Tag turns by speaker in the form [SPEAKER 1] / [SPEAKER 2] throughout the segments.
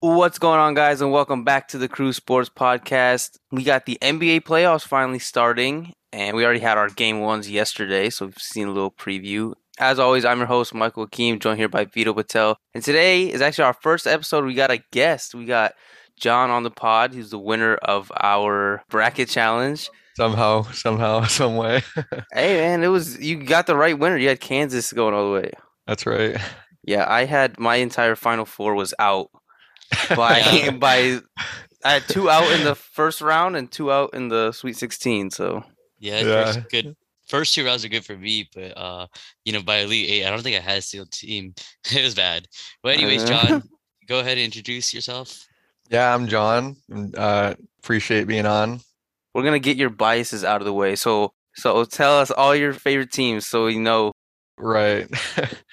[SPEAKER 1] What's going on, guys, and welcome back to the Crew Sports Podcast. We got the NBA playoffs finally starting, and we already had our game ones yesterday, so we've seen a little preview. As always, I'm your host, Michael Akeem, joined here by Vito Patel. And today is actually our first episode. We got a guest. We got John on the pod, who's the winner of our bracket challenge.
[SPEAKER 2] Somehow, somehow, some way.
[SPEAKER 1] Hey, man, it was you got the right winner. You had Kansas going all the way.
[SPEAKER 2] That's right.
[SPEAKER 1] Yeah, I had my entire Final Four was out by by I had two out in the first round and two out in the Sweet 16. So
[SPEAKER 3] Yeah,
[SPEAKER 2] Yeah.
[SPEAKER 3] First, good. First two rounds are good for me, but uh, you know, by Elite Eight, I don't think I had a steel team. it was bad. But anyways,
[SPEAKER 1] Uh-huh.
[SPEAKER 3] John, go ahead and introduce yourself.
[SPEAKER 2] Yeah, I'm John. and, Uh, appreciate being on.
[SPEAKER 1] we're gonna get your biases out of the way. So so tell us all your favorite teams so we know.
[SPEAKER 2] Right.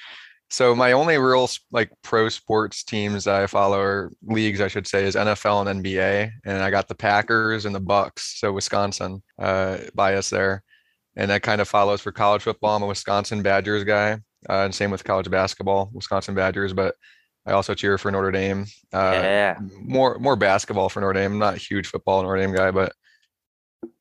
[SPEAKER 2] so my only real s- like pro sports teams that I follow or leagues, I should say, is NFL and NBA, and I got the Packers and the Bucks. So Wisconsin uh, bias there, and that kind of follows for college football. I'm a Wisconsin Badgers guy, uh, and same with college basketball, Wisconsin Badgers. But I also cheer for Notre Dame. Uh,
[SPEAKER 1] yeah.
[SPEAKER 2] more more basketball for Notre Dame. I'm not a huge football Notre Dame guy, but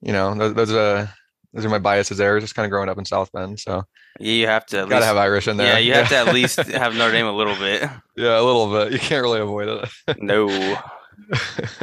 [SPEAKER 2] you know, those those are those are my biases there. Just kind of growing up in South Bend, so
[SPEAKER 1] Yeah, you have to at
[SPEAKER 2] gotta
[SPEAKER 1] least,
[SPEAKER 2] have Irish in there.
[SPEAKER 1] Yeah, you have to at least have Notre Dame a little bit.
[SPEAKER 2] yeah, a little bit. You can't really avoid it.
[SPEAKER 1] No. Uh,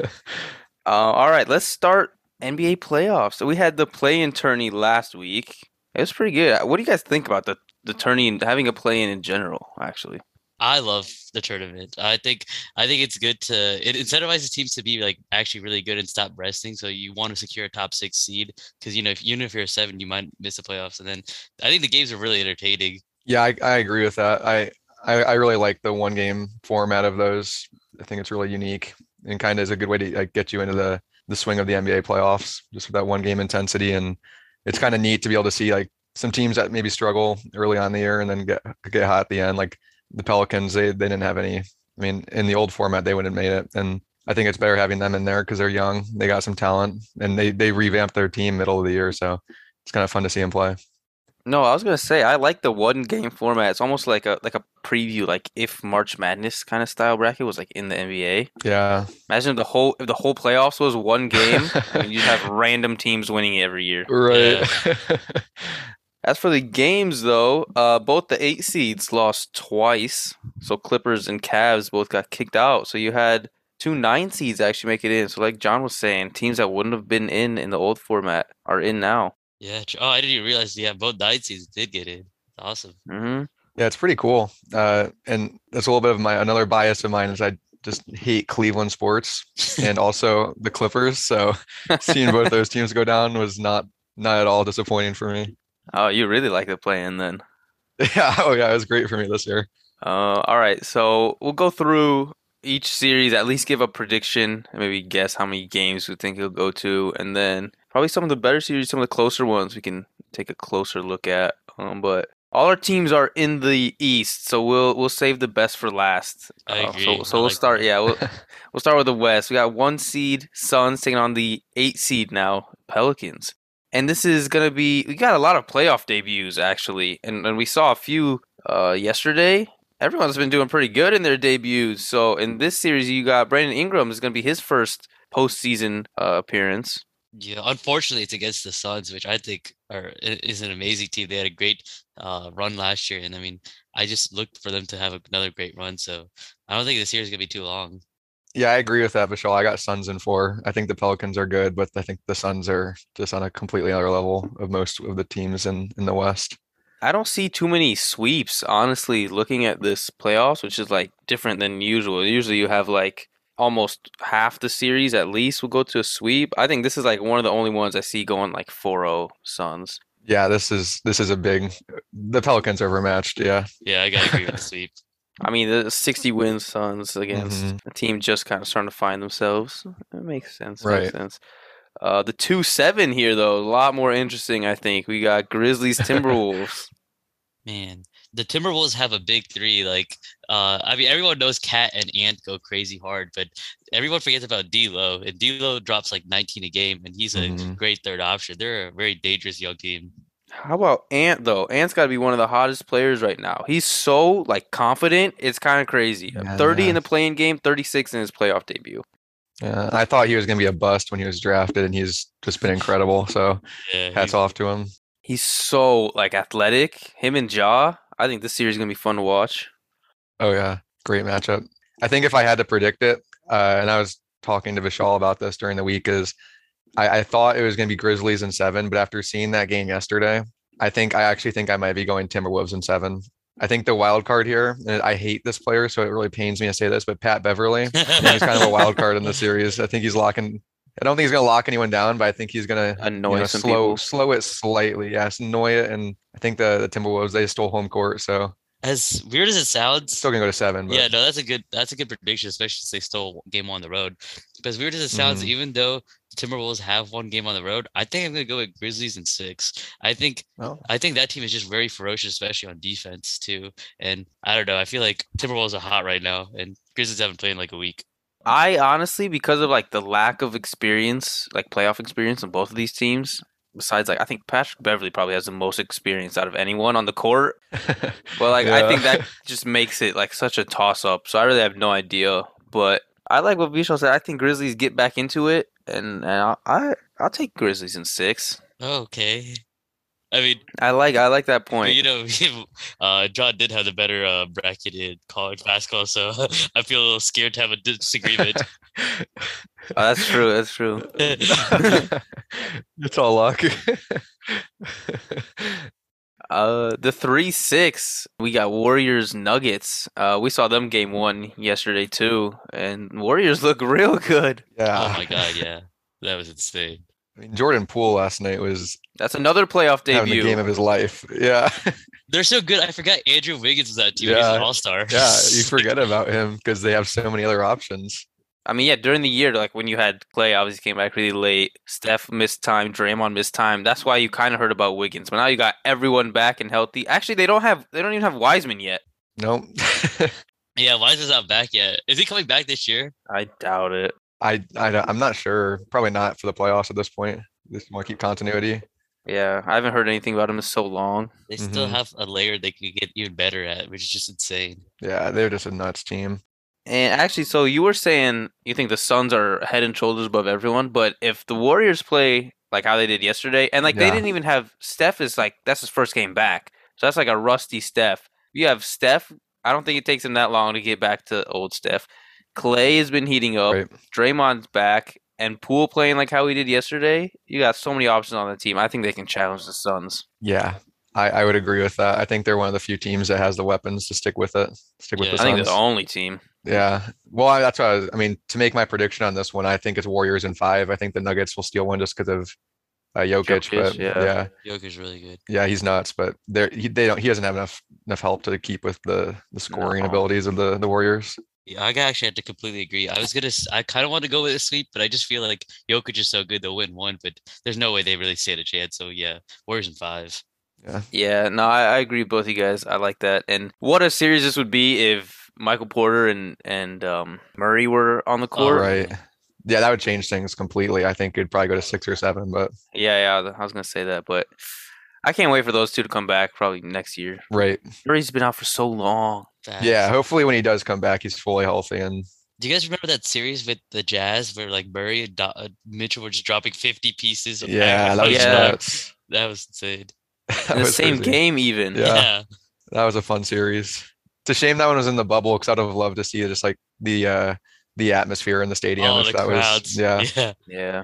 [SPEAKER 1] all right, let's start NBA playoffs. So we had the play in tourney last week. It was pretty good. What do you guys think about the the tourney and having a play in in general? Actually,
[SPEAKER 3] I love the tournament. I think I think it's good to it incentivizes teams to be like actually really good and stop resting. So you want to secure a top six seed because you know if even if you're a seven, you might miss the playoffs. And then I think the games are really entertaining.
[SPEAKER 2] yeah, I, I agree with that. I, I I really like the one game format of those. I think it's really unique and kind of is a good way to like, get you into the the swing of the NBA playoffs, just with that one game intensity. And it's kind of neat to be able to see like some teams that maybe struggle early on in the year and then get get hot at the end. Like the Pelicans, they they didn't have any. I mean, in the old format, they wouldn't have made it. And I think it's better having them in there because they're young, they got some talent, and they they revamped their team middle of the year, so it's kind of fun to see them play.
[SPEAKER 1] no, I was gonna say I like the one game format. It's almost like a like a preview, like if March Madness kind of style bracket was like in the NBA.
[SPEAKER 2] Yeah.
[SPEAKER 1] Imagine if the whole if the whole playoffs was one game and you have random teams winning every year.
[SPEAKER 2] Right.
[SPEAKER 1] As for the games, though, uh, both the eight seeds lost twice. So Clippers and Cavs both got kicked out. So you had two nine seeds actually make it in. So like John was saying, teams that wouldn't have been in in the old format are in now.
[SPEAKER 3] Yeah. tr- Oh, I didn't even realize yeah both nine seeds did get in. Awesome.
[SPEAKER 1] hmm
[SPEAKER 2] yeah, it's pretty cool. Uh, and that's a little bit of my another bias of mine is I just hate Cleveland sports and also the Clippers. So seeing both those teams go down was not not at all disappointing for me.
[SPEAKER 1] Oh, you really like the play-in then.
[SPEAKER 2] Yeah. Oh yeah, it was great for me this year.
[SPEAKER 1] Uh, all right, so we'll go through each series, at least give a prediction, and maybe guess how many games we think it'll go to, and then probably some of the better series, some of the closer ones, we can take a closer look at. Um, but all our teams are in the East, so we'll we'll save the best for last. Oh,
[SPEAKER 3] I
[SPEAKER 1] so
[SPEAKER 3] agree,
[SPEAKER 1] so
[SPEAKER 3] I
[SPEAKER 1] we'll
[SPEAKER 3] like that.
[SPEAKER 1] start. Yeah, we'll we'll start with the West. We got one seed Suns taking on the eight seed now Pelicans and this is gonna be we got a lot of playoff debuts actually and, and we saw a few uh, yesterday everyone's been doing pretty good in their debuts so in this series you got brandon ingram is gonna be his first postseason uh, appearance
[SPEAKER 3] Yeah, unfortunately, it's against the Suns, which I think are i- is an amazing team. They had a great uh, run last year, and I mean, I just looked for them to have another great run. So I don't think this year is gonna be too long.
[SPEAKER 2] Yeah, I agree with that, Vishal. I got Suns in four. I think the Pelicans are good, but I think the Suns are just on a completely other level of most of the teams in in the West.
[SPEAKER 1] i don't see too many sweeps honestly looking at this playoffs which is like different than usual usually you have like almost half the series at least will go to a sweep i think this is like one of the only ones i see going like 4-0 suns
[SPEAKER 2] Yeah, this is this is a big. The Pelicans overmatched. Yeah.
[SPEAKER 3] Yeah, I gotta agree with the sweep.
[SPEAKER 1] I mean, the 60 win Suns against
[SPEAKER 2] Mhm.
[SPEAKER 1] a team just kind of starting to find themselves. It makes sense.
[SPEAKER 2] Right.
[SPEAKER 1] Makes sense. Uh, the 2 7 here, though, a lot more interesting, I think. We got Grizzlies Timberwolves.
[SPEAKER 3] Man, the Timberwolves have a big three. Like, uh, I mean, everyone knows Cat and Ant go crazy hard, but everyone forgets about D'Lo, and D'Lo drops like 19 a game, and he's a
[SPEAKER 2] Mhm.
[SPEAKER 3] great third option. They're a very dangerous young team.
[SPEAKER 1] How about Ant though? Ant's got to be one of the hottest players right now. He's so like confident. It's kind of crazy.
[SPEAKER 2] Yeah.
[SPEAKER 1] 30 in the playing game, 36 in his playoff debut.
[SPEAKER 2] Uh, I thought he was going to be a bust when he was drafted, and he's just been incredible. So
[SPEAKER 3] Yeah,
[SPEAKER 2] hats
[SPEAKER 3] he's-
[SPEAKER 2] off to him.
[SPEAKER 1] He's so like athletic. Him and Ja. I think this series is gonna be fun to watch.
[SPEAKER 2] Oh yeah, great matchup. I think if I had to predict it, uh, and I was talking to Vishal about this during the week, is I, I thought it was going to be Grizzlies in seven, but after seeing that game yesterday, I think I actually think I might be going Timberwolves in seven. I think the wild card here, and I hate this player, so it really pains me to say this, but Pat Beverly, he's kind of a wild card in the series. I think he's locking. I don't think he's going to lock anyone down, but I think he's going to
[SPEAKER 1] Annoy
[SPEAKER 2] you know,
[SPEAKER 1] some
[SPEAKER 2] slow
[SPEAKER 1] people.
[SPEAKER 2] slow it slightly. Yes, annoy it, and I think the the Timberwolves they stole home court, so
[SPEAKER 3] As weird as it sounds,
[SPEAKER 2] still gonna go to seven. But
[SPEAKER 3] Yeah, no, that's a good that's a good prediction, especially since they stole one game on the road. But as weird as it sounds,
[SPEAKER 2] Mhm.
[SPEAKER 3] even though the Timberwolves have one game on the road, I think I'm gonna go with Grizzlies in six. I think
[SPEAKER 2] Well,
[SPEAKER 3] I think that team is just very ferocious, especially on defense too. And I don't know, I feel like Timberwolves are hot right now, and Grizzlies haven't played in like a week.
[SPEAKER 1] I honestly, because of like the lack of experience, like playoff experience on both of these teams, besides like I think Patrick Beverly probably has the most experience out of anyone on the court. But like I think
[SPEAKER 2] Yeah.
[SPEAKER 1] that just makes it like such a toss up. So I really have no idea. But I like what Vishal said. I think Grizzlies get back into it, and, and I'll, I I'll take Grizzlies in six.
[SPEAKER 3] Okay. I mean,
[SPEAKER 1] I like I like that
[SPEAKER 3] but,
[SPEAKER 1] point.
[SPEAKER 3] you know, uh, John did have the better uh, bracketed college basketball, so I feel a little scared to have a disagreement.
[SPEAKER 1] Oh, that's true. That's true.
[SPEAKER 3] Oh
[SPEAKER 2] it's all luck.
[SPEAKER 1] Uh, the three six we got Warriors Nuggets. Uh, we saw them game one yesterday too, and Warriors look real good.
[SPEAKER 2] yeah.
[SPEAKER 3] oh my god, yeah, that was insane.
[SPEAKER 2] I mean, Jordan Poole last night was
[SPEAKER 1] That's another playoff
[SPEAKER 2] having the game
[SPEAKER 1] debut.
[SPEAKER 2] of his life. Yeah.
[SPEAKER 3] They're so good. I forgot Andrew Wiggins was on that team. He's
[SPEAKER 2] Yeah,
[SPEAKER 3] an all star.
[SPEAKER 2] yeah. You forget about him because they have so many other options.
[SPEAKER 1] I mean, yeah, during the year, like when you had Clay, obviously came back really late. Steph missed time. Draymond missed time. That's why you kind of heard about Wiggins. But now you got everyone back and healthy. Actually, they don't have they don't even have Wiseman yet.
[SPEAKER 2] Nope.
[SPEAKER 3] yeah, why is this not back yet? Is he coming back this year?
[SPEAKER 1] I doubt it.
[SPEAKER 2] I, I don't- I'm not sure. Probably not for the playoffs at this point. Just want to keep continuity.
[SPEAKER 1] Yeah, I haven't heard anything about him in so long.
[SPEAKER 3] They still
[SPEAKER 2] Mhm.
[SPEAKER 3] have a layer they can get even better at, which is just insane.
[SPEAKER 2] Yeah, they're just a nuts team.
[SPEAKER 1] And actually, so you were saying you think the Suns are head and shoulders above everyone, but if the Warriors play like how they did yesterday, and like they
[SPEAKER 2] Yeah.
[SPEAKER 1] didn't even have Steph is like that's his first game back, so that's like a rusty Steph. You have Steph. I don't think it takes him that long to get back to old Steph. Clay has been heating up.
[SPEAKER 2] Right.
[SPEAKER 1] Draymond's back, and Poole playing like how he did yesterday. You got so many options on the team. I think they can challenge the Suns.
[SPEAKER 2] Yeah, I, I would agree with that. I think they're one of the few teams that has the weapons to stick with it. Stick with
[SPEAKER 3] Yeah.
[SPEAKER 2] the
[SPEAKER 1] I think they're
[SPEAKER 2] Suns.
[SPEAKER 1] the only team.
[SPEAKER 2] Yeah. Well, I, that's what I was. I mean, to make my prediction on this one, I think it's Warriors in five. I think the Nuggets will steal one just because of uh, Jokic.
[SPEAKER 1] Jokic,
[SPEAKER 2] But
[SPEAKER 1] yeah.
[SPEAKER 2] yeah. yeah,
[SPEAKER 3] Joker's really good.
[SPEAKER 2] he's nuts. But they're, he, they don't. He doesn't have enough enough help to keep with the the scoring
[SPEAKER 1] No.
[SPEAKER 2] abilities of the the Warriors.
[SPEAKER 3] Yeah, I actually had to completely agree. I was gonna, s- I kind of want to go with a sweep, but I just feel like Jokic is so good they'll win one, but there's no way they really stand a chance. So yeah, Warriors in five.
[SPEAKER 1] Yeah, no, I, I agree with both you guys. I like that. And what a series this would be if Michael Porter and and um, Murray were on the court.
[SPEAKER 2] Right. Yeah, that would change things completely. I think it'd probably go to six or seven. But
[SPEAKER 1] Yeah, yeah. I was gonna say that, but I can't wait for those two to come back probably next year.
[SPEAKER 2] right.
[SPEAKER 1] Murray's been out for so long.
[SPEAKER 3] Facts.
[SPEAKER 2] Yeah. Hopefully, when he does come back, he's fully healthy and
[SPEAKER 3] Do you guys remember that series with the Jazz where like Murray and Do- uh, Mitchell were just dropping 50 pieces? of
[SPEAKER 2] yeah, that was
[SPEAKER 3] average
[SPEAKER 1] Yeah.
[SPEAKER 3] points?
[SPEAKER 2] nuts.
[SPEAKER 3] That was insane.
[SPEAKER 2] That
[SPEAKER 1] In the
[SPEAKER 2] was
[SPEAKER 1] same
[SPEAKER 2] crazy.
[SPEAKER 1] game, even.
[SPEAKER 2] Yeah.
[SPEAKER 3] yeah.
[SPEAKER 2] That was a fun series. It's a shame that one was in the bubble because I'd have loved to see just like the uh the atmosphere in the stadium.
[SPEAKER 3] All
[SPEAKER 2] if
[SPEAKER 3] the
[SPEAKER 2] that
[SPEAKER 3] crowds.
[SPEAKER 2] was yeah.
[SPEAKER 3] yeah.
[SPEAKER 1] Yeah.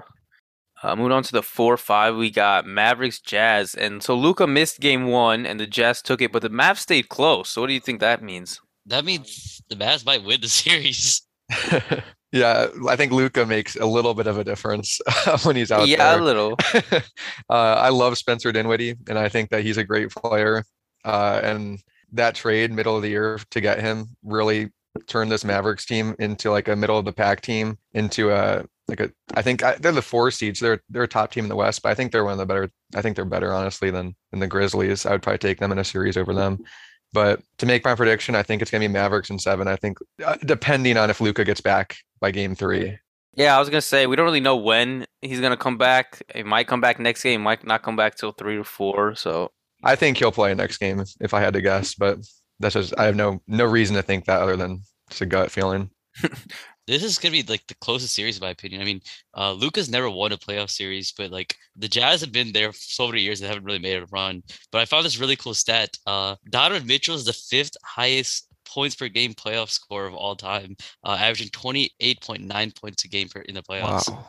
[SPEAKER 1] Uh, moving on to the four five, we got Mavericks Jazz, and so Luca missed game one, and the Jazz took it, but the Mavs stayed close. So what do you think that means?
[SPEAKER 3] That means the Mavs might win the series.
[SPEAKER 2] yeah, I think Luca makes a little bit of a difference when he's out
[SPEAKER 1] yeah, a
[SPEAKER 2] there.
[SPEAKER 1] little.
[SPEAKER 2] uh, I love Spencer Dinwiddie, and I think that he's a great player. Uh, and that trade, middle of the year, to get him really turned this Mavericks team into like a middle of the pack team, into a like a. I think I, they're the four seeds. They're they're a top team in the West, but I think they're one of the better. I think they're better, honestly, than than the Grizzlies. I would probably take them in a series over them. But to make my prediction, I think it's gonna be Mavericks in seven. I think uh, depending on if Luca gets back by game three.
[SPEAKER 1] Yeah, I was gonna say we don't really know when he's gonna come back. It might come back next game. Might not come back till three or four. So
[SPEAKER 2] I think he'll play next game if, if I had to guess, but that's just I have no no reason to think that other than it's a gut feeling.
[SPEAKER 3] This is gonna be like the closest series, in my opinion. I mean, uh, Luca's never won a playoff series, but like the Jazz have been there for so many years and haven't really made a run. But I found this really cool stat. Uh, Donovan Mitchell is the fifth highest points per game playoff score of all time, uh, averaging twenty eight point nine points a game per in the playoffs.
[SPEAKER 2] Wow.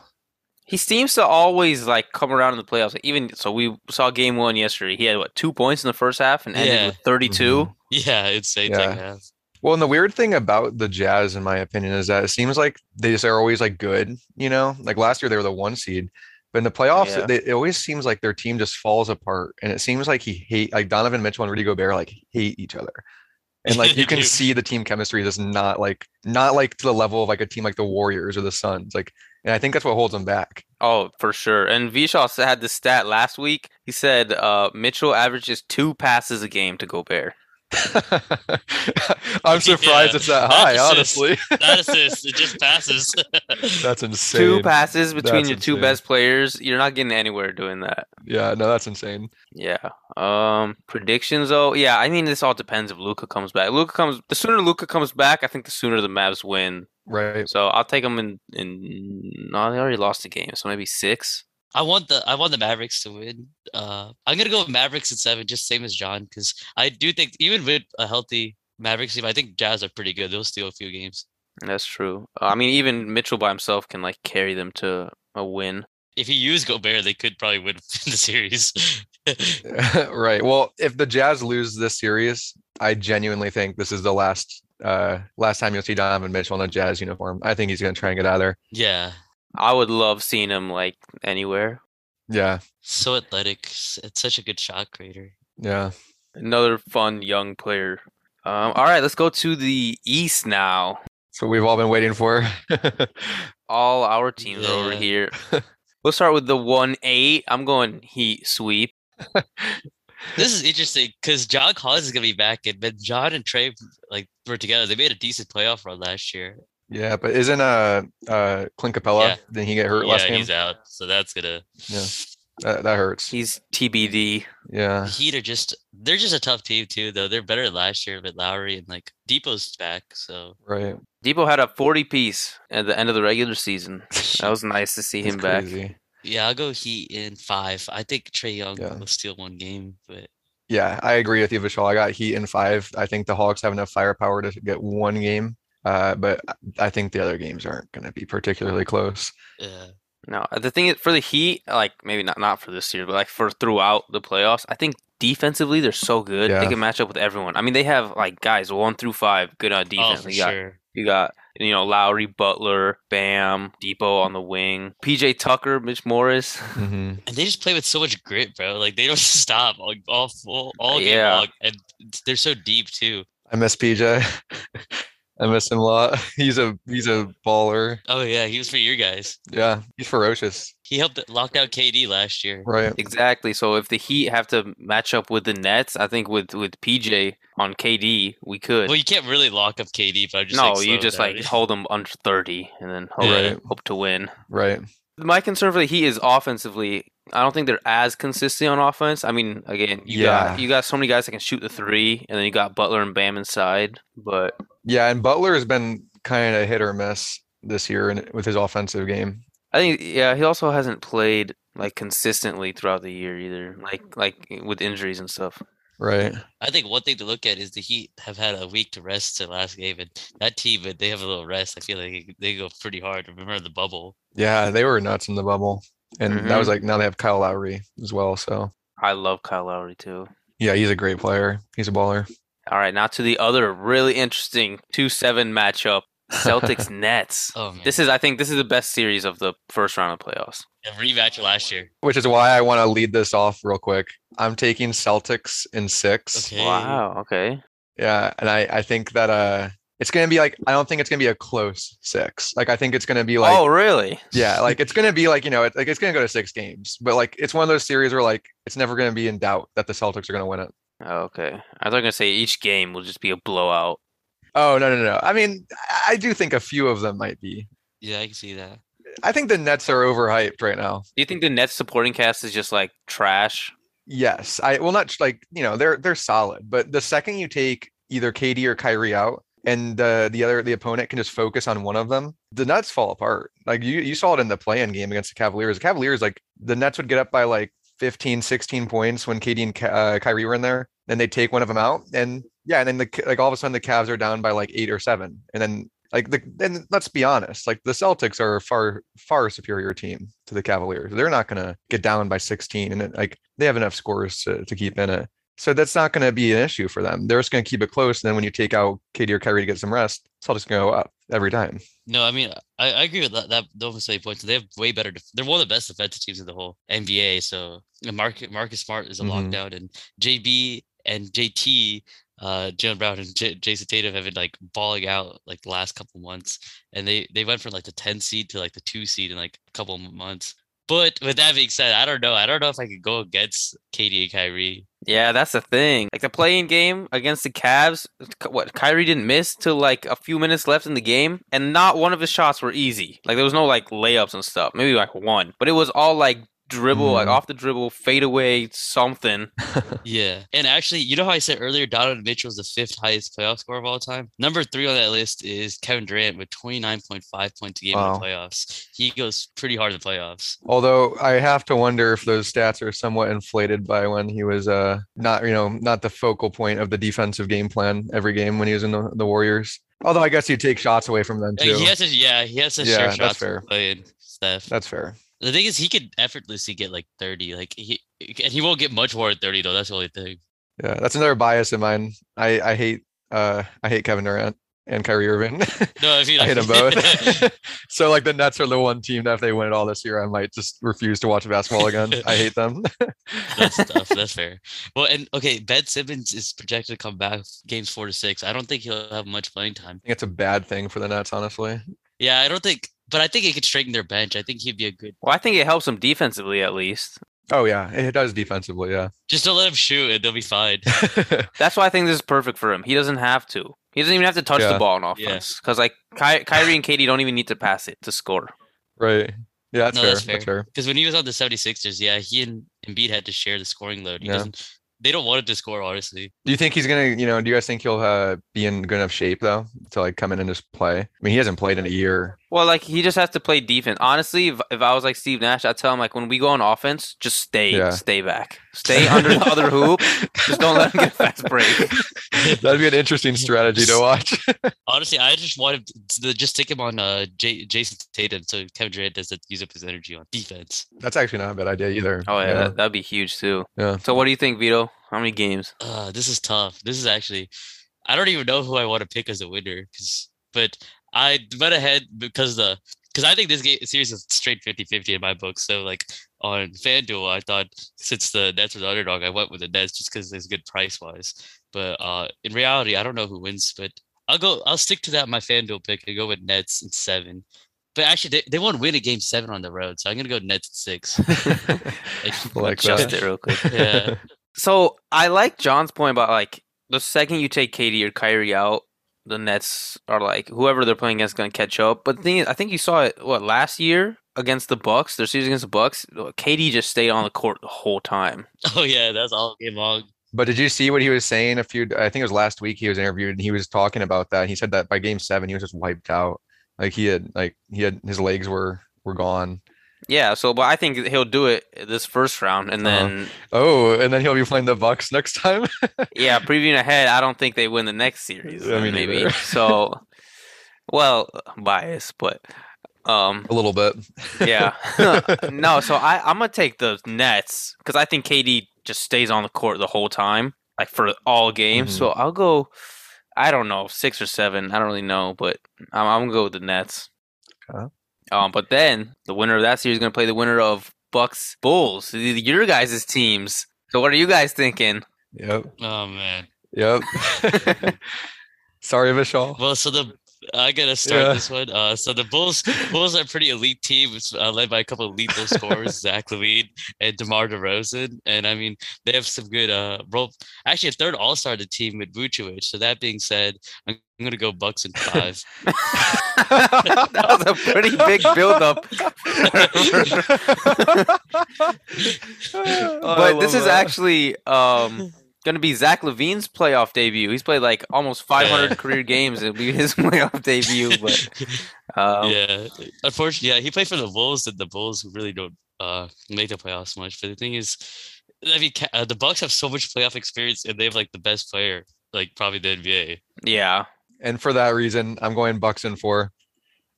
[SPEAKER 1] he seems to always like come around in the playoffs. Like, even so, we saw game one yesterday. He had what two points in the first half and ended
[SPEAKER 3] Yeah.
[SPEAKER 1] with 32
[SPEAKER 2] Mm-hmm.
[SPEAKER 3] Yeah, it's a
[SPEAKER 2] Yeah. Well, and the weird thing about the Jazz, in my opinion, is that it seems like they just are always like good, you know? Like last year they were the one seed, but in the playoffs,
[SPEAKER 1] Yeah.
[SPEAKER 2] they, it always seems like their team just falls apart. And it seems like he hate like Donovan Mitchell and Rudy Gobert like hate each other. And like
[SPEAKER 3] They
[SPEAKER 2] you can
[SPEAKER 3] do.
[SPEAKER 2] see the team chemistry just not like not like to the level of like a team like the Warriors or the Suns. Like, and I think that's what holds them back.
[SPEAKER 1] Oh, for sure. And Vishal s- had this stat last week. He said uh, Mitchell averages two passes a game to Gobert.
[SPEAKER 2] I'm surprised it's that
[SPEAKER 3] Not
[SPEAKER 2] high,
[SPEAKER 3] assists.
[SPEAKER 2] honestly.
[SPEAKER 3] Not assists, it just passes.
[SPEAKER 2] That's insane.
[SPEAKER 1] Two passes between
[SPEAKER 2] That's
[SPEAKER 1] your two
[SPEAKER 2] insane.
[SPEAKER 1] best players. You're not getting anywhere doing that.
[SPEAKER 2] yeah, no, that's insane.
[SPEAKER 1] Yeah. Um predictions though. Yeah, I mean this all depends if Luca comes back. Luca comes the sooner Luca comes back, I think the sooner the Mavs win.
[SPEAKER 2] Right.
[SPEAKER 1] So I'll take them in in no, they already lost the game, so maybe six.
[SPEAKER 3] I want the I want the Mavericks to win. Uh, I'm gonna go with Mavericks at seven, just same as John, because I do think even with a healthy Mavericks team, I think Jazz are pretty good. They'll steal a few games.
[SPEAKER 1] That's true. Uh, I mean even Mitchell by himself can like carry them to a win.
[SPEAKER 3] If you use Gobert, they could probably win the series.
[SPEAKER 2] right. Well, if the Jazz lose this series, I genuinely think this is the last uh last time you'll see Donovan Mitchell in a Jazz uniform. I think he's gonna try and get out of there.
[SPEAKER 3] yeah,
[SPEAKER 1] I would love seeing him like anywhere.
[SPEAKER 2] Yeah.
[SPEAKER 3] so athletic. s- It's such a good shot creator.
[SPEAKER 2] Yeah.
[SPEAKER 1] Another fun young player. Um, all right, let's go to the East now.
[SPEAKER 2] That's what we've all been waiting for.
[SPEAKER 1] All our teams are over
[SPEAKER 3] Yeah.
[SPEAKER 1] here. We'll start with the one eight. I'm going Heat sweep.
[SPEAKER 3] This is interesting because John Collins is gonna be back, and then John and Trey like were together. They made a decent playoff run last year.
[SPEAKER 2] yeah, but isn't uh uh Clint Capella
[SPEAKER 3] Yeah.
[SPEAKER 2] didn't he get hurt
[SPEAKER 3] yeah,
[SPEAKER 2] last game?
[SPEAKER 3] he's out, so that's gonna.
[SPEAKER 2] Yeah. That, that hurts.
[SPEAKER 1] He's TBD.
[SPEAKER 2] Yeah.
[SPEAKER 1] Uh-huh.
[SPEAKER 3] The Heat are just they're just a tough team too, though. They're better than last year, but Lowry and like Depot's back, so
[SPEAKER 2] Right.
[SPEAKER 1] Debo had a 40 piece at the end of the regular season. That was nice to see
[SPEAKER 2] That's
[SPEAKER 1] him back.
[SPEAKER 2] crazy.
[SPEAKER 3] yeah, I'll go Heat in five. I think Trey Young
[SPEAKER 2] Yeah.
[SPEAKER 3] will steal one game, but
[SPEAKER 2] Yeah, I agree with you, Vishal. I got Heat in five. I think the Hawks have enough firepower to get one game, uh, but I think the other games aren't going to be particularly close.
[SPEAKER 3] uh,
[SPEAKER 1] No, the thing is for the Heat, like maybe not not for this year, but like for throughout the playoffs, I think defensively they're so good. They
[SPEAKER 2] Yeah.
[SPEAKER 1] can match up with everyone. I mean, they have like guys one through five good on
[SPEAKER 3] oh
[SPEAKER 1] defense.
[SPEAKER 3] for
[SPEAKER 1] They got
[SPEAKER 3] sure.
[SPEAKER 1] You got you know Lowry, Butler, Bam, Depot on the wing, PJ Tucker, Mitch Morris.
[SPEAKER 2] hmm
[SPEAKER 3] And they just play with so much grit, bro. Like they don't stop all all, full- all game
[SPEAKER 1] Yeah.
[SPEAKER 3] long, and they're so deep too.
[SPEAKER 2] I miss PJ. I miss him a lot. He's a he's a baller.
[SPEAKER 3] Oh yeah, he was for your guys.
[SPEAKER 2] Yeah, he's ferocious.
[SPEAKER 3] He helped lock down KD last year.
[SPEAKER 2] Right.
[SPEAKER 1] Exactly. So if the Heat have to match up with the Nets, I think with with PJ on KD, we could.
[SPEAKER 3] Well, you can't really lock up KD, but I'm just
[SPEAKER 1] no,
[SPEAKER 3] like, slow
[SPEAKER 1] you just
[SPEAKER 3] down.
[SPEAKER 1] like hold them under thirty and then hope,
[SPEAKER 3] Yeah.
[SPEAKER 1] hope to win.
[SPEAKER 2] Right.
[SPEAKER 1] My concern for the Heat is offensively. I don't think they're as consistent on offense. I mean, again, you
[SPEAKER 2] Yeah.
[SPEAKER 1] got you got so many guys that can shoot the three, and then you got Butler and Bam inside. But
[SPEAKER 2] Yeah, and Butler has been kind of hit or miss this year in, with his offensive game.
[SPEAKER 1] I think yeah, he also hasn't played like consistently throughout the year either, like like with injuries and stuff.
[SPEAKER 2] Right.
[SPEAKER 3] I think one thing to look at is the Heat have had a week to rest to last game, and that team, but they have a little rest. I feel like they- they go pretty hard. Remember the bubble?
[SPEAKER 2] Yeah, they were nuts in the bubble, and that was like now they have Kyle Lowry as well. So
[SPEAKER 1] I love Kyle Lowry too.
[SPEAKER 2] yeah, he's a great player. He's a baller.
[SPEAKER 1] All right, now to the other really interesting two seven matchup: Celtics Nets.
[SPEAKER 3] Oh man,
[SPEAKER 1] This is, I think, this is the best series of the first round of playoffs.
[SPEAKER 3] a rematch of last year.
[SPEAKER 2] which is why I want to lead this off real quick. I'm taking Celtics in six.
[SPEAKER 3] Okay.
[SPEAKER 1] Wow. Okay.
[SPEAKER 2] Yeah, and I I think that uh it's gonna be like I don't think it's gonna be a close six. Like I think it's gonna be like
[SPEAKER 1] oh, really?
[SPEAKER 2] yeah, like it's gonna be like you know it, like it's gonna go to six games, but like it's one of those series where like it's never gonna be in doubt that the Celtics are gonna win it.
[SPEAKER 1] Oh, okay. I thought you were gonna say each game will just be a blowout.
[SPEAKER 2] Oh no no no! I mean I- I do think a few of them might be.
[SPEAKER 3] Yeah, I can see that.
[SPEAKER 2] I think the Nets are overhyped right now.
[SPEAKER 1] Do you think the Nets supporting cast is just like trash?
[SPEAKER 2] Yes, I well not like you know they're they're solid, but the second you take either KD or Kyrie out, and uh, the other the opponent can just focus on one of them, the Nets fall apart. Like you you saw it in the play-in game against the Cavaliers. The Cavaliers like the Nets would get up by like 15, 16 points when KD and Ky- uh, Kyrie were in there, then they take one of them out, and yeah, and then the like all of a sudden the Cavs are down by like eight or seven, and then like the and let's be honest, like the Celtics are a far far superior team to the Cavaliers. They're not gonna get down by 16, and it, like they have enough scores to, to keep in it. So that's not going to be an issue for them. They're just going to keep it close. And then when you take out Katie or Kyrie to get some rest, it's all just going to go up every time.
[SPEAKER 3] No, I mean I, I agree with that. That those many points. They have way better. Def- they're one of the best defensive teams in the whole NBA. So and Mark, Marcus Smart is a
[SPEAKER 2] Mhm.
[SPEAKER 3] lockdown, and JB and JT, uh, Jalen Brown and J- Jason Tatum have been like balling out like the last couple months, and they they went from like the ten seed to like the two seed in like a couple of months. But with that being said, I don't know. I don't know if I could go against KD and Kyrie.
[SPEAKER 1] Yeah, that's the thing. Like the playing game against the Cavs, K- what Kyrie didn't miss till like a few minutes left in the game, and not one of his shots were easy. Like there was no like layups and stuff. Maybe like one, but it was all like dribble, like
[SPEAKER 2] Mhm.
[SPEAKER 1] off the dribble, fade away, something.
[SPEAKER 3] Yeah. And actually, you know how I said earlier Donovan Mitchell is the fifth highest playoff scorer of all time? Number three on that list is Kevin Durant with 29.5 points a game in
[SPEAKER 2] Wow.
[SPEAKER 3] the playoffs. He goes pretty hard in the playoffs.
[SPEAKER 2] Although I have to wonder if those stats are somewhat inflated by when he was uh not you know not the focal point of the defensive game plan every game when he was in the, the Warriors. Although I guess you take shots away from them
[SPEAKER 3] Uh,
[SPEAKER 2] too.
[SPEAKER 3] He has his, yeah, he has his
[SPEAKER 2] Yeah,
[SPEAKER 3] share
[SPEAKER 2] that's
[SPEAKER 3] shots
[SPEAKER 2] fair.
[SPEAKER 3] playing stuff.
[SPEAKER 2] That's fair.
[SPEAKER 3] The thing is, he could effortlessly get like 30. Like he and he won't get much more than 30 though. That's the only thing.
[SPEAKER 2] Yeah, that's another bias of mine. I I hate uh I hate Kevin Durant and Kyrie Irving.
[SPEAKER 3] No, if he
[SPEAKER 2] I
[SPEAKER 3] like,
[SPEAKER 2] hate them both. so like the Nets are the one team that if they win it all this year, I might just refuse to watch basketball again. I hate them.
[SPEAKER 3] that's tough. That's fair. Well, and okay, Ben Simmons is projected to come back games four to six. I don't think he'll have much playing time.
[SPEAKER 2] I think it's a bad thing for the Nets, honestly.
[SPEAKER 3] Yeah, I don't think, but I think it could strengthen their bench. I think he'd be a good.
[SPEAKER 1] Well, I think it helps him defensively at least.
[SPEAKER 2] Oh yeah, it does defensively. Yeah.
[SPEAKER 3] Just don't let him shoot, and they'll be fine.
[SPEAKER 1] That's why I think this is perfect for him. He doesn't have to. He doesn't even have to touch
[SPEAKER 2] Yeah.
[SPEAKER 1] the ball on
[SPEAKER 3] Yeah.
[SPEAKER 1] offense because like Ky- Kyrie and Katie don't even need to pass it to score.
[SPEAKER 2] right. Yeah, that's,
[SPEAKER 3] No,
[SPEAKER 2] fair.
[SPEAKER 3] that's
[SPEAKER 2] that's fair.
[SPEAKER 3] Because when he was on the 76ers, yeah, he and Embiid had to share the scoring load. He
[SPEAKER 2] Yeah.
[SPEAKER 3] doesn't. They don't want him to score, honestly.
[SPEAKER 2] Do you think he's gonna, you know, do you guys think he'll uh, be in good enough shape though to like come in and just play? I mean, he hasn't played in a year.
[SPEAKER 1] Well, like he just has to play defense. Honestly, if, if I was like Steve Nash, I'd tell him like when we go on offense, just stay,
[SPEAKER 2] Yeah.
[SPEAKER 1] stay back, stay under the other hoop. Just don't let him get a fast break.
[SPEAKER 2] That'd be an interesting strategy to watch.
[SPEAKER 3] Honestly, I just want him to to just stick him on uh, J- Jason Tatum so Kevin Durant doesn't use up his energy on defense.
[SPEAKER 2] that's actually not a bad idea either.
[SPEAKER 1] Oh yeah, That, that'd be huge too.
[SPEAKER 2] Yeah.
[SPEAKER 1] So what do you think, Vito? How many games?
[SPEAKER 3] Uh, this is tough. This is actually, I don't even know who I want to pick as a winner. 'cause- but I went ahead because the because I think this game series is straight 50-50 in my book. So like on FanDuel, I thought since the Nets were the underdog, I went with the Nets just because it's good price wise. But uh, in reality, I don't know who wins. But I'll go. I'll stick to that my FanDuel pick and go with Nets in seven. But actually, they, they won't win a game seven on the road, so I'm gonna go Nets in six.
[SPEAKER 2] I like
[SPEAKER 1] Adjust it
[SPEAKER 2] that.
[SPEAKER 1] real quick.
[SPEAKER 3] Yeah.
[SPEAKER 1] So I like John's point about like the second you take Katie or Kyrie out, the Nets are like whoever they're playing against going to catch up. But the thing is, I think you saw it what last year against the Bucks, their series against the Bucks. Katie just stayed on the court the whole time.
[SPEAKER 3] Oh yeah, that's all game long.
[SPEAKER 2] But did you see what he was saying a few? I think it was last week he was interviewed and he was talking about that. He said that by game seven he was just wiped out. Like he had like he had his legs were were gone.
[SPEAKER 1] Yeah, so but I think he'll do it this first round, and
[SPEAKER 2] Uh-huh.
[SPEAKER 1] then
[SPEAKER 2] Oh, and then he'll be playing the Bucks next time.
[SPEAKER 1] yeah, previewing ahead, I don't think they win the next series.
[SPEAKER 2] Yeah,
[SPEAKER 1] uh,
[SPEAKER 2] me
[SPEAKER 1] maybe
[SPEAKER 2] neither.
[SPEAKER 1] so. Well, I'm biased, but um,
[SPEAKER 2] a little bit.
[SPEAKER 1] yeah, no. So I I'm gonna take the Nets because I think KD just stays on the court the whole time, like for all games.
[SPEAKER 2] Mhm.
[SPEAKER 1] So I'll go. I don't know, six or seven. I don't really know, but I'm, I'm gonna go with the Nets.
[SPEAKER 2] Okay.
[SPEAKER 1] Um, but then the winner of that series is gonna play the winner of Bucks Bulls, y- your guys' teams. So what are you guys thinking?
[SPEAKER 2] Yep.
[SPEAKER 3] Oh man.
[SPEAKER 2] Yep. Sorry, Vishal.
[SPEAKER 3] Well, so the I gotta start
[SPEAKER 2] Yeah.
[SPEAKER 3] this one. Uh, so the Bulls, Bulls are a pretty elite team, It's, uh, led by a couple of lethal scorers, Zach Levine and DeMar DeRozan. And I mean, they have some good uh role. Actually, a third All Star the team with Vucevic. So that being said, I'm I'm gonna go Bucks in five.
[SPEAKER 1] that was a pretty big buildup. but this is actually um, going to be Zach Levine's playoff debut. He's played like almost 500
[SPEAKER 3] Yeah.
[SPEAKER 1] career games. It'll be his playoff debut. But um,
[SPEAKER 3] yeah, unfortunately, yeah, he played for the Bulls, and the Bulls really don't uh make the playoffs much. But the thing is, I mean, Ca- uh, the Bucks have so much playoff experience, and they have like the best player, like probably the NBA.
[SPEAKER 1] yeah,
[SPEAKER 2] and for that reason, I'm going Bucks in four.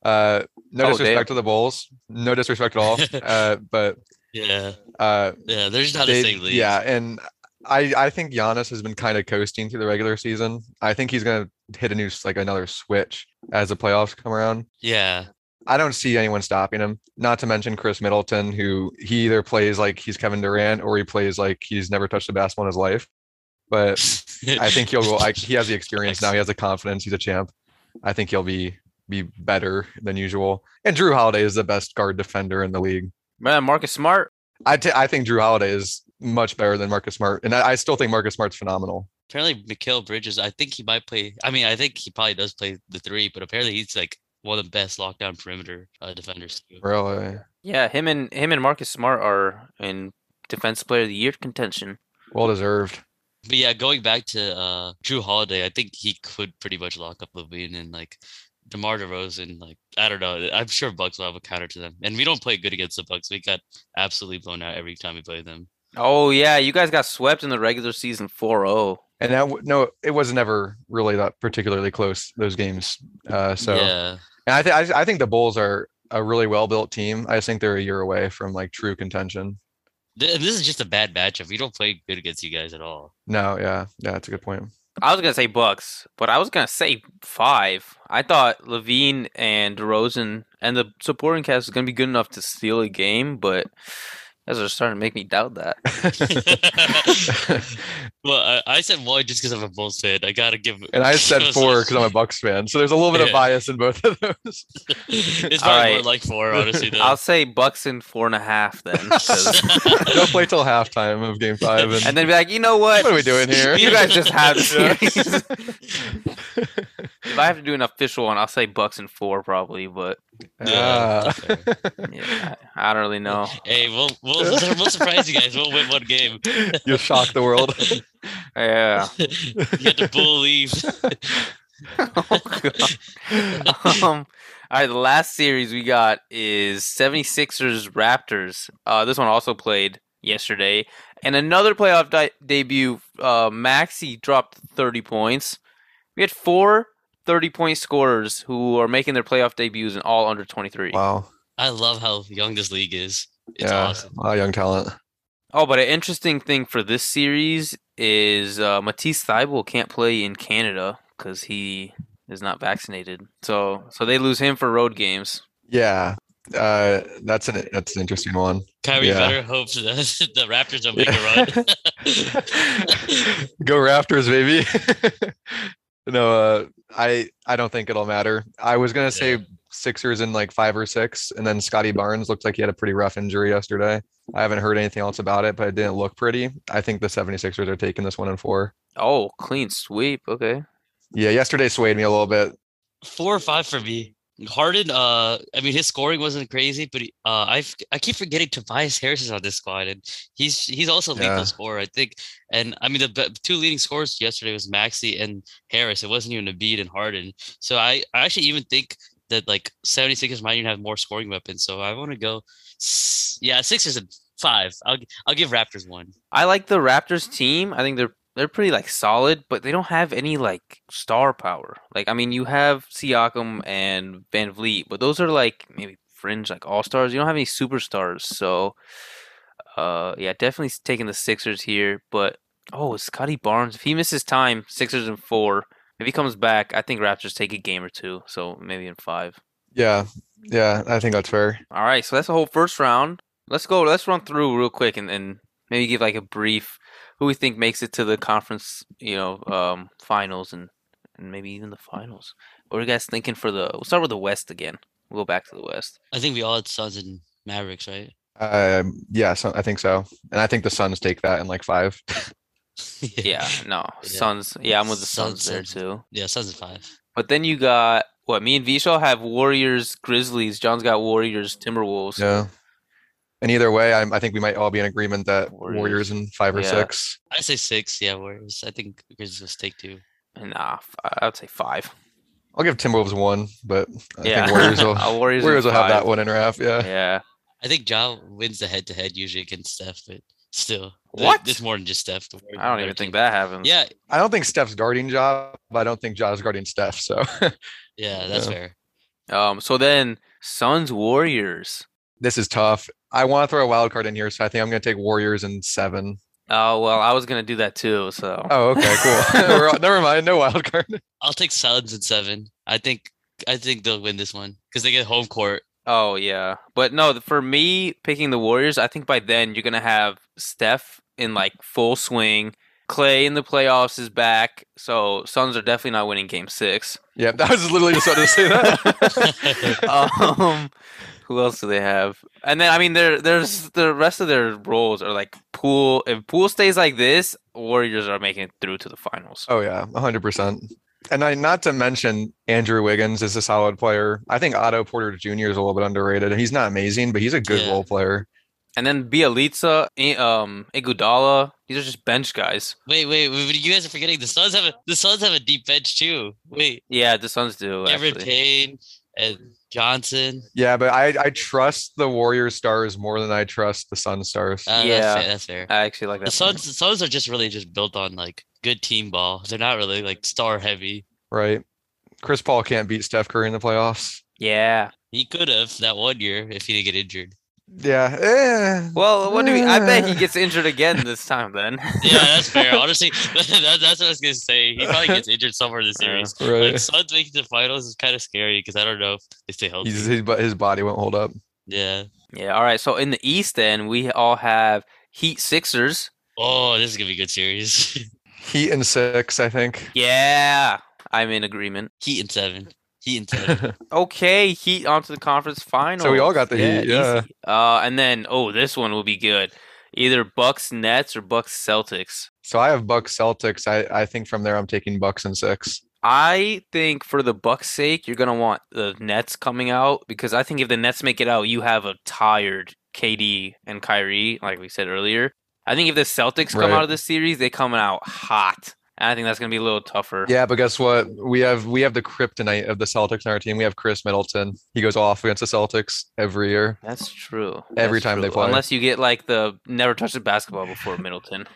[SPEAKER 2] Uh, no
[SPEAKER 1] Oh,
[SPEAKER 2] disrespect
[SPEAKER 1] damn.
[SPEAKER 2] to the Bulls, no disrespect at all. uh, but
[SPEAKER 3] Yeah,
[SPEAKER 2] uh,
[SPEAKER 3] yeah, there's not
[SPEAKER 2] They-
[SPEAKER 3] a single.
[SPEAKER 2] Yeah, and I I think Giannis has been kind of coasting through the regular season. I think he's gonna hit a new s- like another switch as the playoffs come around.
[SPEAKER 3] yeah,
[SPEAKER 2] I don't see anyone stopping him. Not to mention Chris Middleton, who he either plays like he's Kevin Durant or he plays like he's never touched a basketball in his life. But I think he'll go. Like, he has the experience now. He has the confidence. He's a champ. I think he'll be be better than usual. And Drew Holiday is the best guard defender in the league.
[SPEAKER 1] man, Marcus Smart.
[SPEAKER 2] I t- I think Drew Holiday is much better than Marcus Smart, and I, I still think Marcus Smart's phenomenal.
[SPEAKER 3] apparently Mikael Bridges. I think he might play. I mean, I think he probably does play the three, but apparently he's like one of the best lockdown perimeter uh, defenders. Too.
[SPEAKER 2] Really?
[SPEAKER 1] Yeah, him and him and Marcus Smart are in Defense Player of the Year contention.
[SPEAKER 2] Well deserved.
[SPEAKER 3] But yeah, going back to uh, Drew Holiday, I think he could pretty much lock up Levine and like DeMar DeRozan. Like I don't know, I'm sure Bucks will have a counter to them, and we don't play good against the Bucks. We got absolutely blown out every time we play them.
[SPEAKER 1] Oh yeah, you guys got swept in the regular season oh. 4-0.
[SPEAKER 2] And that w- no, it was never really that particularly close those games. Uh, so
[SPEAKER 3] yeah,
[SPEAKER 2] and I think I I think the Bulls are a really well built team. I just think they're a year away from like true contention.
[SPEAKER 3] Th- this is just a bad matchup. We don't play good against you guys at all.
[SPEAKER 2] No, yeah, yeah, that's a good point.
[SPEAKER 1] I was gonna say Bucks, but I was gonna say five. I thought Levine and DeRozan and the supporting cast was gonna be good enough to steal a game, but you guys are starting to make me doubt that.
[SPEAKER 3] well, I, I said one just because I'm a Bulls fan. I gotta give.
[SPEAKER 2] and I said
[SPEAKER 3] give us
[SPEAKER 2] four
[SPEAKER 3] a-
[SPEAKER 2] because I'm a Bucks fan, so there's a little bit of
[SPEAKER 3] Yeah.
[SPEAKER 2] bias in both of those.
[SPEAKER 3] it's
[SPEAKER 1] All
[SPEAKER 3] probably more
[SPEAKER 1] right.
[SPEAKER 3] like four, honestly. Though.
[SPEAKER 1] I'll say Bucks in four and a half then, 'cause-
[SPEAKER 2] They'll play till halftime of Game Five, and,
[SPEAKER 1] and then be like, you know what?
[SPEAKER 2] what are we doing here?
[SPEAKER 1] You guys just have the
[SPEAKER 2] Yeah.
[SPEAKER 1] series. if I have to do an official one, I'll say Bucks in four probably, but
[SPEAKER 3] Yeah,
[SPEAKER 2] Ah.
[SPEAKER 3] that's fair.
[SPEAKER 1] yeah, I, I don't really know.
[SPEAKER 3] hey, we'll, we'll we'll surprise you guys. We'll win one game.
[SPEAKER 2] you shock the world.
[SPEAKER 1] Yeah.
[SPEAKER 3] you get to believe.
[SPEAKER 1] Oh, God. um, all right, the last series we got is 76ers Raptors. Uh, this one also played yesterday. And another playoff di- debut, uh, Maxi dropped 30 points. We had four 30 point scorers who are making their playoff debuts and all under 23.
[SPEAKER 2] Wow.
[SPEAKER 3] I love how young this league is. It's
[SPEAKER 2] yeah.
[SPEAKER 3] awesome.
[SPEAKER 2] Wow, young talent.
[SPEAKER 1] Oh, but an interesting thing for this series is uh, Matisse Thybulle can't play in Canada because he is not vaccinated. So, so they lose him for road games.
[SPEAKER 2] Yeah. Uh, that's an that's an interesting one.
[SPEAKER 3] Kyrie
[SPEAKER 2] Yeah.
[SPEAKER 3] better hopes that the Raptors don't make
[SPEAKER 2] Yeah.
[SPEAKER 3] a run.
[SPEAKER 2] Go Raptors, baby. no, uh, I I don't think it'll matter. I was gonna say Sixers in like five or six, and then Scotty Barnes looked like he had a pretty rough injury yesterday. I haven't heard anything else about it, but it didn't look pretty. I think the 76ers are taking this one in four.
[SPEAKER 1] Oh, clean sweep. Okay.
[SPEAKER 2] Yeah, yesterday swayed me a little bit.
[SPEAKER 3] Four or five for me. Harden, uh, I mean, his scoring wasn't crazy, but he, uh, I f- I keep forgetting Tobias Harris is on this squad, and he's he's also a
[SPEAKER 2] Yeah.
[SPEAKER 3] lethal scorer, I think. And I mean, the be- two leading scorers yesterday was Maxi and Harris. It wasn't even Embiid and Harden. So I, I actually even think that like 76ers might even have more scoring weapons. So I want to go, s- yeah, Sixers and five. I'll g- I'll give Raptors one.
[SPEAKER 1] I like the Raptors team. I think they're they're pretty like solid, but they don't have any like star power. Like I mean, you have Siakam and Van Vliet, but those are like maybe fringe like all stars. You don't have any superstars. So, uh, yeah, definitely s- taking the Sixers here. But oh, Scotty Barnes, if he misses time, Sixers in four. If he comes back, I think Raptors take a game or two. So maybe in five.
[SPEAKER 2] Yeah, yeah, I think that's fair.
[SPEAKER 1] All right, so that's the whole first round. Let's go. Let's run through real quick and, and maybe give like a brief who we think makes it to the conference, you know, um, finals and, and maybe even the finals. What are you guys thinking for the? We'll start with the West again. We'll go back to the West.
[SPEAKER 3] I think we all had Suns and Mavericks, right?
[SPEAKER 2] Um, yeah, so I think so. And I think the Suns take that in like five.
[SPEAKER 1] Yeah, no,
[SPEAKER 3] Yeah.
[SPEAKER 1] Suns. Yeah, I'm with the Suns
[SPEAKER 3] Suns
[SPEAKER 1] there
[SPEAKER 3] and-
[SPEAKER 1] too.
[SPEAKER 3] yeah, Suns and five.
[SPEAKER 1] But then you got what? Me and Vishal have Warriors, Grizzlies. John's got Warriors, Timberwolves.
[SPEAKER 2] Yeah. And either way, I'm, I think we might all be in agreement that
[SPEAKER 1] Warriors.
[SPEAKER 2] Warriors, in five or
[SPEAKER 1] Yeah.
[SPEAKER 2] six.
[SPEAKER 3] I say six. Yeah, Warriors. I think Grizzlies will take two.
[SPEAKER 1] Nah, f- I would say five.
[SPEAKER 2] I'll give Timberwolves one, but I
[SPEAKER 1] yeah,
[SPEAKER 2] think Warriors will,
[SPEAKER 1] Uh, Warriors, and
[SPEAKER 2] Warriors will have that
[SPEAKER 1] five.
[SPEAKER 2] one in her half. Yeah.
[SPEAKER 1] Yeah,
[SPEAKER 3] I think Ja wins the head to head usually against Steph, but still, th-
[SPEAKER 1] What?
[SPEAKER 3] It's more than just Steph. The Warriors
[SPEAKER 1] I
[SPEAKER 3] are
[SPEAKER 1] don't even
[SPEAKER 3] better team.
[SPEAKER 1] think that happens.
[SPEAKER 3] Yeah,
[SPEAKER 2] I don't think Steph's guarding job. But I don't think Ja's guarding Steph. So
[SPEAKER 3] yeah, that's
[SPEAKER 2] Yeah.
[SPEAKER 3] fair.
[SPEAKER 1] Um. So then Suns, Warriors.
[SPEAKER 2] this is tough. I want to throw a wild card in here, so I think I'm going to take Warriors in seven.
[SPEAKER 1] Oh well, I was gonna do that too. So
[SPEAKER 2] Oh, okay, cool. We're all- Never mind, no wild card.
[SPEAKER 3] I'll take Suns and seven. I think I think they'll win this one because they get home court.
[SPEAKER 1] Oh yeah, but no, th- for me picking the Warriors, I think by then you're gonna have Steph in like full swing. Clay in the playoffs is back, so Suns are definitely not winning Game Six.
[SPEAKER 2] Yeah, that was literally just about to say that.
[SPEAKER 1] Um, who else do they have? And then I mean, there, there's the rest of their roles are like Pool. If Pool stays like this, Warriors are making it through to the finals.
[SPEAKER 2] Oh yeah, hundred percent. And I not to mention Andrew Wiggins is a solid player. I think Otto Porter Jr. is a little bit underrated. He's not amazing, but he's a good
[SPEAKER 3] Yeah.
[SPEAKER 2] role player.
[SPEAKER 1] And then Bielitsa, I- um, Iguodala, these are just bench guys.
[SPEAKER 3] Wait, wait, wait, you guys are forgetting the Suns have a the Suns have a deep bench too. Wait,
[SPEAKER 1] Yeah, the Suns do.
[SPEAKER 3] Cameron
[SPEAKER 1] actually.
[SPEAKER 3] Payne and Johnson.
[SPEAKER 2] Yeah, but I, I trust the Warriors stars more than I trust the Sun stars.
[SPEAKER 3] Uh,
[SPEAKER 1] Yeah.
[SPEAKER 3] that's fair. That's fair.
[SPEAKER 1] I actually like that.
[SPEAKER 3] The
[SPEAKER 1] point.
[SPEAKER 3] Suns, the Suns are just really just built on like good team ball. They're not really like star heavy.
[SPEAKER 2] Right. Chris Paul can't beat Steph Curry in the playoffs.
[SPEAKER 1] Yeah.
[SPEAKER 3] He could have that one year if he didn't get injured.
[SPEAKER 2] Yeah. eh.
[SPEAKER 1] Well, what do we? I bet he
[SPEAKER 2] Yeah.
[SPEAKER 1] gets injured again this time. Then.
[SPEAKER 3] Yeah, that's fair. Honestly, that, that's what I was gonna say. He probably gets injured somewhere in the
[SPEAKER 1] Yeah.
[SPEAKER 3] series. Like
[SPEAKER 2] Right.
[SPEAKER 3] Suns making the finals is kind of scary because I don't know if they stay healthy.
[SPEAKER 2] He's, his bo- his body won't hold up.
[SPEAKER 3] yeah.
[SPEAKER 1] yeah. All right. So in the East, then we all have Heat Sixers.
[SPEAKER 3] Oh, this is gonna be a good series.
[SPEAKER 2] Heat and six, I think.
[SPEAKER 1] Yeah, I'm in agreement.
[SPEAKER 3] Heat and seven. Heat and seven.
[SPEAKER 2] yeah,
[SPEAKER 1] Okay, Heat onto the conference final.
[SPEAKER 2] all got the Heat, yeah.
[SPEAKER 1] Uh, and then oh, this one will be good. Either Bucks Nets or Bucks Celtics.
[SPEAKER 2] so I have Bucks Celtics. I, I think from there I'm taking Bucks and six.
[SPEAKER 1] I think for the Bucks' sake, you're gonna want the Nets coming out because I think if the Nets make it out, you have a tired KD and Kyrie, like we said earlier. I think if the Celtics come
[SPEAKER 2] Right.
[SPEAKER 1] out of this series, they come out hot, and I think that's gonna be a little tougher.
[SPEAKER 2] Yeah, but guess what? We have we have the kryptonite of the Celtics in our team. We have Chris Middleton. He goes off against the Celtics every year.
[SPEAKER 1] That's true.
[SPEAKER 2] Every
[SPEAKER 1] That's
[SPEAKER 2] time they
[SPEAKER 1] true.
[SPEAKER 2] play.
[SPEAKER 1] unless you get like the never touched a basketball before Middleton.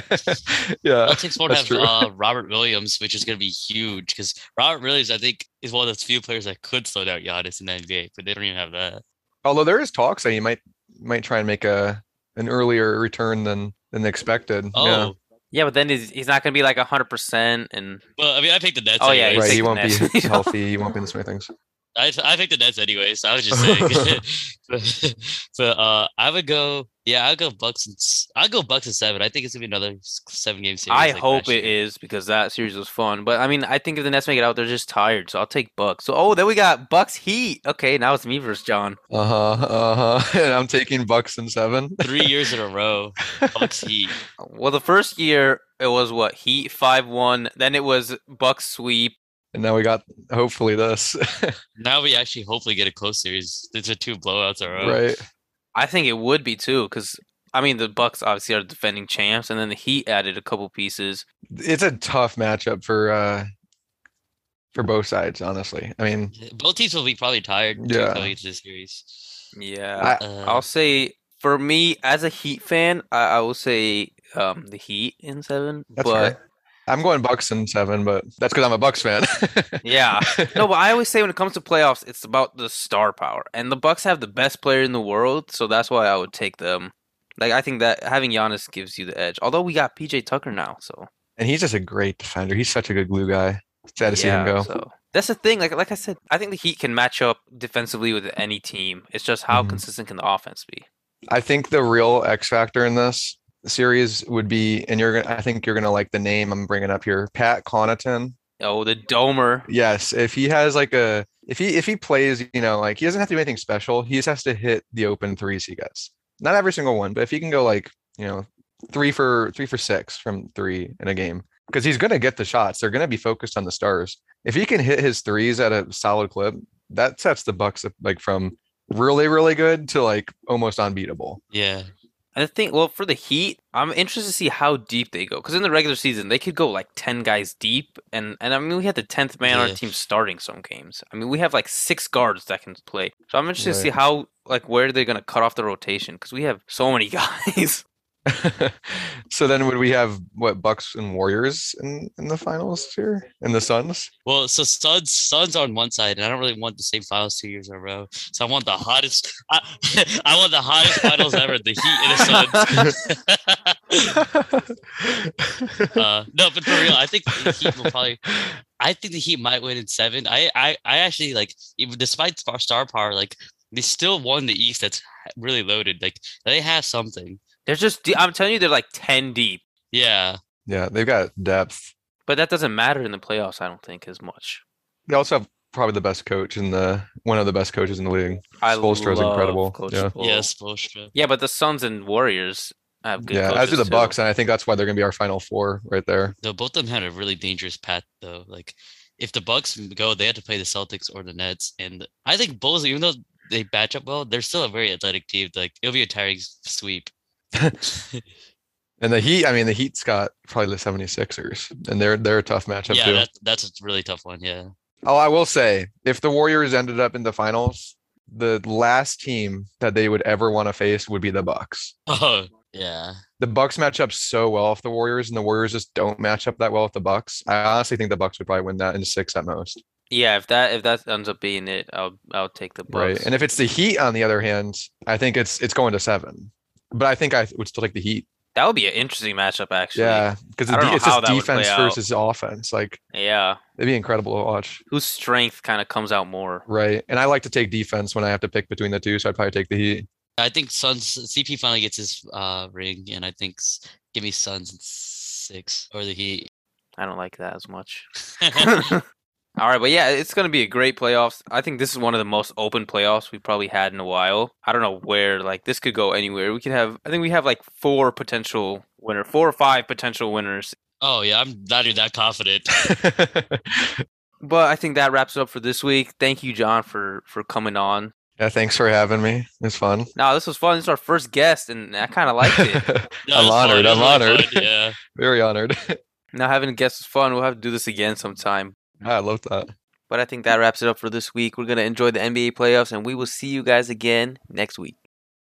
[SPEAKER 2] yeah.
[SPEAKER 3] Celtics won't
[SPEAKER 2] that's
[SPEAKER 3] have
[SPEAKER 2] true.
[SPEAKER 3] uh, Robert Williams, which is going to be huge because Robert Williams, I think, is one of those few players that could slow down Giannis in the NBA, but they don't even have that.
[SPEAKER 2] Although there is talks that he might might try and make a an earlier return than than expected.
[SPEAKER 3] Oh,
[SPEAKER 2] Yeah.
[SPEAKER 1] Yeah, but then he's, he's not gonna be like hundred percent, and
[SPEAKER 3] well, I mean, I picked the Nets.
[SPEAKER 1] Oh, yeah,
[SPEAKER 3] anyways.
[SPEAKER 1] he's
[SPEAKER 2] Right, he
[SPEAKER 1] taking that.
[SPEAKER 2] won't be healthy. He won't be in the swing of things.
[SPEAKER 3] I, I picked the Nets anyways. I was just saying. but but, uh, I would go. Yeah, I'll go Bucks. And, s- I'll go Bucks and seven. I think it's gonna be another s- seven game series.
[SPEAKER 1] I
[SPEAKER 3] like
[SPEAKER 1] hope
[SPEAKER 3] last
[SPEAKER 1] it
[SPEAKER 3] year.
[SPEAKER 1] is because that series was fun. But I mean, I think if the Nets make it out, they're just tired, so I'll take Bucks. So oh, then we got Bucks Heat. Okay, now it's me versus John.
[SPEAKER 2] Uh huh. Uh huh. And I'm taking Bucks and seven.
[SPEAKER 3] Three years in a row, Bucks Heat.
[SPEAKER 1] Well, the first year it was what Heat five one, then it was Bucks sweep.
[SPEAKER 2] And now we got hopefully this.
[SPEAKER 3] Now we actually hopefully get a close series. These are two blowouts in a row.
[SPEAKER 2] right.
[SPEAKER 1] I think it would be too, because I mean the Bucks obviously are the defending champs, and then the Heat added a couple pieces.
[SPEAKER 2] It's a tough matchup for uh for both sides, honestly. I mean,
[SPEAKER 3] Both teams will be probably tired. too,
[SPEAKER 2] Yeah.
[SPEAKER 3] going into this series.
[SPEAKER 1] Yeah,
[SPEAKER 2] I-
[SPEAKER 3] Uh,
[SPEAKER 1] I'll say for me as a Heat fan, I, I will say um, the Heat in seven.
[SPEAKER 2] That's
[SPEAKER 1] but
[SPEAKER 2] fair. I'm going Bucks in seven, but that's because I'm a Bucks fan.
[SPEAKER 1] yeah, no, but I always say when it comes to playoffs, it's about the star power, and the Bucks have the best player in the world, so that's why I would take them. Like I think that having Giannis gives you the edge. Although we got PJ Tucker now, so
[SPEAKER 2] and he's just a great defender. He's such a good glue guy. Sad to see him
[SPEAKER 1] yeah,
[SPEAKER 2] go.
[SPEAKER 1] so that's the thing. Like like I said, I think the Heat can match up defensively with any team. It's just how
[SPEAKER 2] Mhm.
[SPEAKER 1] consistent can the offense be?
[SPEAKER 2] I think the real X factor in this series would be, and you're gonna, I think you're gonna like the name I'm bringing up here, Pat Connaughton.
[SPEAKER 1] Oh, the Domer.
[SPEAKER 2] Yes, if he has like a if he if he plays, you know, like he doesn't have to do anything special. He just has to hit the open threes he gets. Not every single one, but if he can go like, you know, three for three for six from three in a game, because he's gonna get the shots. They're gonna be focused on the stars. If he can hit his threes at a solid clip, that sets the Bucks up like from really, really good to like almost unbeatable.
[SPEAKER 3] Yeah.
[SPEAKER 1] And the thing, well, for the Heat, I'm interested to see how deep they go. Because in the regular season, they could go like 10 guys deep. And, and I mean, we had the 10th man on
[SPEAKER 3] Yeah.
[SPEAKER 1] our team starting some games. I mean, we have like six guards that can play. So I'm interested to see
[SPEAKER 2] Right.
[SPEAKER 1] how, like, where they're going to cut off the rotation. Because we have so many guys.
[SPEAKER 2] so then would we have what Bucks and Warriors in, in the finals here? And the Suns?
[SPEAKER 3] Well, so Suns Suns on one side, and I don't really want the same finals two years in a row. So I want the hottest. I, I want the hottest finals ever. The Heat and the Suns. uh, no, but for real, I think the Heat will probably. I think the Heat might win in seven. I I, I actually like even despite star star power, like they still won the East. That's really loaded. Like they have something.
[SPEAKER 1] They're just, de- I'm telling you, they're like 10 deep.
[SPEAKER 3] Yeah.
[SPEAKER 2] Yeah, they've got depth.
[SPEAKER 1] But that doesn't matter in the playoffs, I don't think, as much.
[SPEAKER 2] They also have probably the best coach in the one of the best coaches in the league.
[SPEAKER 1] I
[SPEAKER 2] Spoelstra's
[SPEAKER 1] love
[SPEAKER 2] incredible,
[SPEAKER 1] Coach
[SPEAKER 2] yeah.
[SPEAKER 1] Spoel.
[SPEAKER 3] Yes, Bolstra.
[SPEAKER 1] Yeah, but the Suns and Warriors have good
[SPEAKER 2] yeah, as do
[SPEAKER 1] coaches,
[SPEAKER 2] the
[SPEAKER 1] too.
[SPEAKER 2] Bucks, and I think that's why they're gonna be our final four right there.
[SPEAKER 3] Though both of them had a really dangerous path though. Like if the Bucks go, they had to play the Celtics or the Nets. And I think Bulls, even though they match up well, they're still a very athletic team. Like it'll be a tiring s- sweep.
[SPEAKER 2] And the Heat, I mean, the Heat's got probably the 76ers, and they're they're a tough matchup
[SPEAKER 3] yeah,
[SPEAKER 2] too.
[SPEAKER 3] that, that's a really tough one. Yeah.
[SPEAKER 2] Oh, I will say, if the Warriors ended up in the finals, the last team that they would ever want to face would be the Bucks.
[SPEAKER 3] Oh yeah.
[SPEAKER 2] The Bucks match up so well with the Warriors, and the Warriors just don't match up that well with the Bucks. I honestly think the Bucks would probably win that in six at most.
[SPEAKER 1] Yeah, if that if that ends up being it, I'll I'll take the Bucks.
[SPEAKER 2] Right. And if it's the Heat, on the other hand, I think it's it's going to seven. But I think I would still take the Heat.
[SPEAKER 1] that would be an interesting matchup, actually.
[SPEAKER 2] Yeah, because
[SPEAKER 1] I don't know
[SPEAKER 2] it's
[SPEAKER 1] how
[SPEAKER 2] just
[SPEAKER 1] that would play
[SPEAKER 2] defense
[SPEAKER 1] out.
[SPEAKER 2] versus offense. Like
[SPEAKER 1] Yeah.
[SPEAKER 2] it'd be incredible to watch.
[SPEAKER 1] Whose strength kind of comes out more?
[SPEAKER 2] Right. And I like to take defense when I have to pick between the two, so I'd probably take the Heat.
[SPEAKER 3] I think Suns CP finally gets his uh ring and I think s- give me Suns in six or the Heat.
[SPEAKER 1] I don't like that as much. All right, but yeah, it's going to be a great playoffs. I think this is one of the most open playoffs we've probably had in a while. I don't know where like this could go anywhere. We could have I think we have like four potential winner, four or five potential winners.
[SPEAKER 3] oh yeah, I'm not even that confident.
[SPEAKER 1] But I think that wraps it up for this week. Thank you, John, for for coming on.
[SPEAKER 2] yeah, thanks for having me. It's fun.
[SPEAKER 1] Now this was fun. This is our first guest, and I kind of liked it.
[SPEAKER 3] No,
[SPEAKER 2] I'm
[SPEAKER 3] it's
[SPEAKER 2] honored,
[SPEAKER 3] fun, it's
[SPEAKER 2] I'm
[SPEAKER 3] really
[SPEAKER 2] honored.
[SPEAKER 3] fun, Yeah.
[SPEAKER 2] Very honored.
[SPEAKER 1] Now having guests is fun. We'll have to do this again sometime.
[SPEAKER 2] I love that.
[SPEAKER 1] But I think that wraps it up for this week. We're going to enjoy the NBA playoffs, and we will see you guys again next week.